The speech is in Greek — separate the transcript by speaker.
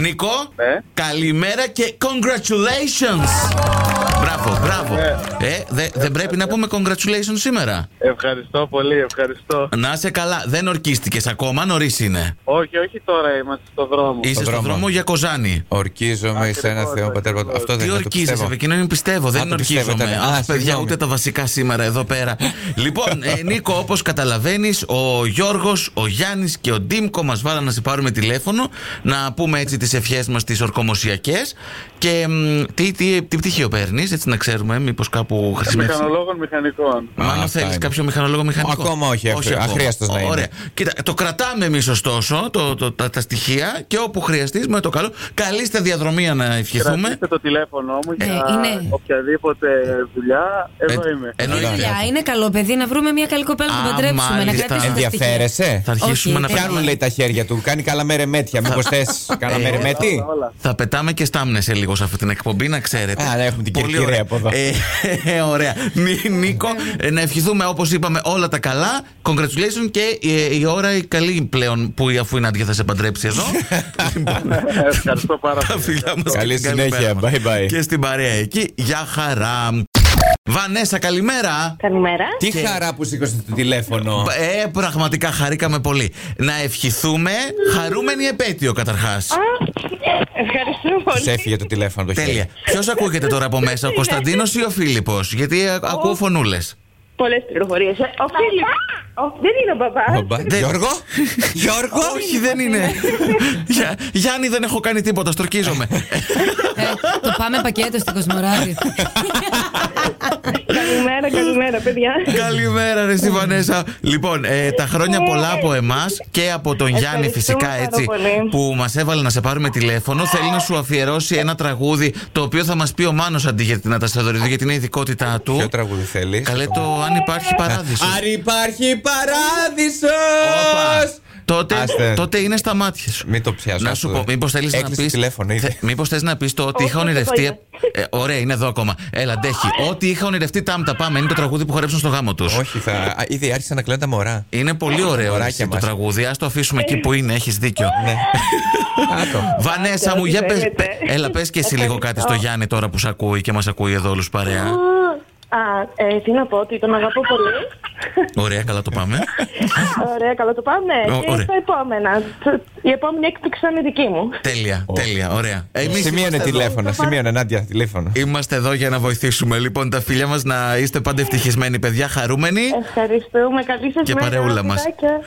Speaker 1: Νίκο.
Speaker 2: Ναι.
Speaker 1: Καλημέρα και congratulations. Μπράβο, μπράβο. Ε, δε- δεν πρέπει να πούμε congratulations σήμερα.
Speaker 2: Ευχαριστώ πολύ, ευχαριστώ.
Speaker 1: Να είσαι καλά. Δεν ορκίστηκες ακόμα, νωρίς είναι.
Speaker 2: Όχι, όχι τώρα είμαστε στο δρόμο.
Speaker 1: Είσαι στον
Speaker 3: δρόμο.
Speaker 1: δρόμο για Κοζάνη.
Speaker 3: Ορκίζομαι σε ένα
Speaker 2: Ακριβώς,
Speaker 3: Θεό Πατέρα.
Speaker 2: ακριβώς.
Speaker 3: Αυτό δεν
Speaker 1: Τι
Speaker 3: είναι το
Speaker 1: ορκίζεσαι,
Speaker 3: πιστεύω.
Speaker 1: από εκείνον πιστεύω. Δεν
Speaker 3: το πιστεύετε,
Speaker 1: ορκίζομαι.
Speaker 3: ναι. Α,
Speaker 1: Α, παιδιά,
Speaker 3: συγγνώμη.
Speaker 1: ούτε τα βασικά σήμερα εδώ πέρα. λοιπόν, ε, Νίκο, όπως καταλαβαίνεις, ο Γιώργος, ο Γιάννης και ο Ντίμκο μας βάλαν να σε πάρουμε τηλέφωνο, να πούμε έτσι τις ευχές μας τις ορκομοσιακές. Και μ, τι, τι, τι πτυχίο παίρνεις, έτσι να ξέρουμε, μήπως κάπου χρησιμεύσει.
Speaker 2: Μηχανολόγων μηχανικών.
Speaker 1: Μάλλον
Speaker 3: αυτά
Speaker 1: θέλει
Speaker 3: είναι.
Speaker 1: κάποιο μηχανολόγο μηχανικό.
Speaker 3: Ακόμα όχι, αχ-
Speaker 1: ακόμα.
Speaker 3: αχρίαστος να είναι.
Speaker 1: Ωραία. Κοίτα, το κρατάμε εμείς ωστόσο το, το, τα, τα στοιχεία και όπου χρειαστείς με το καλό. Καλή στα διαδρομία να ευχηθούμε.
Speaker 2: Κρατήστε το τηλέφωνο μου
Speaker 4: Ε,
Speaker 2: για
Speaker 4: είναι.
Speaker 2: οποιαδήποτε δουλειά. Εδώ
Speaker 1: Ε,
Speaker 2: είμαι.
Speaker 1: εννοείται.
Speaker 3: Καλά.
Speaker 4: Δουλειά, είναι καλό παιδί να βρούμε μια καλή κοπέλα να
Speaker 1: Α,
Speaker 4: τον παντρέψουμε. Να
Speaker 1: μάλιστα.
Speaker 4: κρατήσουμε τα στοιχεία.
Speaker 3: Ενδιαφέρεσαι.
Speaker 1: Θα αρχίσουμε
Speaker 4: Όχι, ε,
Speaker 1: να
Speaker 4: δεν
Speaker 1: πετάμε.
Speaker 3: Πιάνουν λέει τα χέρια του. Κάνει καλά μέρε μέτια.
Speaker 1: Ε,
Speaker 3: Μήπως θες καλά μέρε μέτη.
Speaker 2: Όλα, όλα.
Speaker 1: Θα πετάμε και στάμνε σε λίγο σε αυτή την εκπομπή, να ξέρετε.
Speaker 3: Α, ναι, έχουμε την
Speaker 1: Πολύ
Speaker 3: Κερκυρία
Speaker 1: ωραία.
Speaker 3: από εδώ.
Speaker 1: Ε, ε, ωραία. Νί- Νίκο, ε, να ευχηθούμε όπως είπαμε όλα τα καλά. Congratulations και ε, η ώρα η καλή πλέον που η αφού είναι άντια θα σε παντρέψει εδώ. Λοιπόν,
Speaker 2: Ευχαριστώ πάρα
Speaker 1: τα
Speaker 2: πολύ.
Speaker 1: φιλιά μας.
Speaker 3: Καλή συνέχεια. Bye, bye.
Speaker 1: Και στην παρέα εκεί. Γεια χαρά. Βανέσα, καλημέρα.
Speaker 5: Καλημέρα.
Speaker 3: Τι χαρά που σήκωσε το τηλέφωνο.
Speaker 1: Ε, πραγματικά χαρήκαμε πολύ. Να ευχηθούμε χαρούμενη επέτειο καταρχάς.
Speaker 5: Α, Ευχαριστώ πολύ.
Speaker 3: Σε έφυγε το τηλέφωνο το χέρι.
Speaker 1: Τέλεια. Ποιος ακούγεται τώρα από μέσα, ο Κωνσταντίνος ή ο Φίλιππος, Γιατί α- ακούω φωνούλες.
Speaker 5: Πολλές πληροφορίες. Ε, Ο Φίλιπ. ο- Δεν είναι ο μπαμπάς.
Speaker 3: Ο μπα-
Speaker 1: Δεν-
Speaker 3: Γιώργο, Γιώργο.
Speaker 1: Όχι, δεν είναι. Γεια- Γιάννη, δεν έχω κάνει τίποτα, στορκίζομαι.
Speaker 4: Ε, το πάμε πακέτο στην Κοσμοράδη.
Speaker 5: Καλημέρα, καλημέρα, παιδιά.
Speaker 1: Καλημέρα, ρε στη Βανέσα. Λοιπόν, ε, τα χρόνια πολλά από εμάς και από τον Γιάννη,
Speaker 5: Ευχαριστούμε
Speaker 1: φυσικά
Speaker 5: πάρα
Speaker 1: έτσι,
Speaker 5: πολύ.
Speaker 1: που μας έβαλε να σε πάρουμε τηλέφωνο. Θέλει να σου αφιερώσει ένα τραγούδι το οποίο θα μας πει ο Μάνος αντί για την Ατασταδορίδου, γιατί είναι η ειδικότητά του.
Speaker 3: Ποιο τραγούδι θέλεις.
Speaker 1: Καλέ το αν υπάρχει παράδεισος.
Speaker 3: Αν υπάρχει παράδεισος.
Speaker 1: Όπα. Τότε,
Speaker 3: Άστε.
Speaker 1: τότε είναι στα μάτια σου.
Speaker 3: Μην το πιάσω.
Speaker 1: Να
Speaker 3: άστο,
Speaker 1: σου
Speaker 3: δε.
Speaker 1: πω, μήπως θέλεις να
Speaker 3: Έκλεισε
Speaker 1: πεις.
Speaker 3: τηλέφωνο ήδη.
Speaker 1: Μήπως θες να πεις το ότι
Speaker 5: Όχι,
Speaker 1: είχα
Speaker 5: δεν το
Speaker 1: ονειρευτεί.
Speaker 5: είδα. ε.
Speaker 1: Ε, ωραία, είναι εδώ ακόμα. Έλα, αντέχει. Ό,τι είχα ονειρευτεί, τάμ τα πάμε. Είναι το τραγούδι που χορέψουν στο γάμο τους.
Speaker 3: Όχι, θα. α, Ήδη άρχισαν να κλαίνουν τα μωρά.
Speaker 1: Είναι πολύ ωραίο
Speaker 3: Μωράκια
Speaker 1: εσύ, το
Speaker 3: μας.
Speaker 1: τραγούδι. Ας το αφήσουμε εκεί που είναι, έχεις δίκιο.
Speaker 3: Ναι. Άτο.
Speaker 1: Βανέσα μου,
Speaker 5: ό,τι
Speaker 1: για πες,
Speaker 5: θέλετε.
Speaker 1: πε- έλα πες και εσύ λίγο κάτι στο
Speaker 5: Ευχαριστώ.
Speaker 1: Γιάννη τώρα που σ' ακούει και μας ακούει εδώ όλους παρέα.
Speaker 5: Α, ε, τι να πω, ότι τον αγαπώ πολύ.
Speaker 1: Ωραία, καλά το πάμε.
Speaker 5: Ωραία, καλό το πάμε.
Speaker 1: Ω, ωραία.
Speaker 5: Και τα επόμενα. Η επόμενη έκπληξη θα είναι δική μου.
Speaker 1: τέλεια, τέλεια, ωραία. Εμείς
Speaker 3: Σημείωνε
Speaker 1: είμαστε εδώ.
Speaker 3: τηλέφωνα. Σημείωνε, Νάντια, τηλέφωνα.
Speaker 1: Είμαστε εδώ για να βοηθήσουμε. Λοιπόν, τα φίλια μας να είστε πάντα ευτυχισμένοι, παιδιά, χαρούμενοι.
Speaker 5: Ευχαριστούμε. Καλή σας
Speaker 1: Και
Speaker 5: μέρα.
Speaker 1: παρεούλα μας.
Speaker 5: φιλάκια.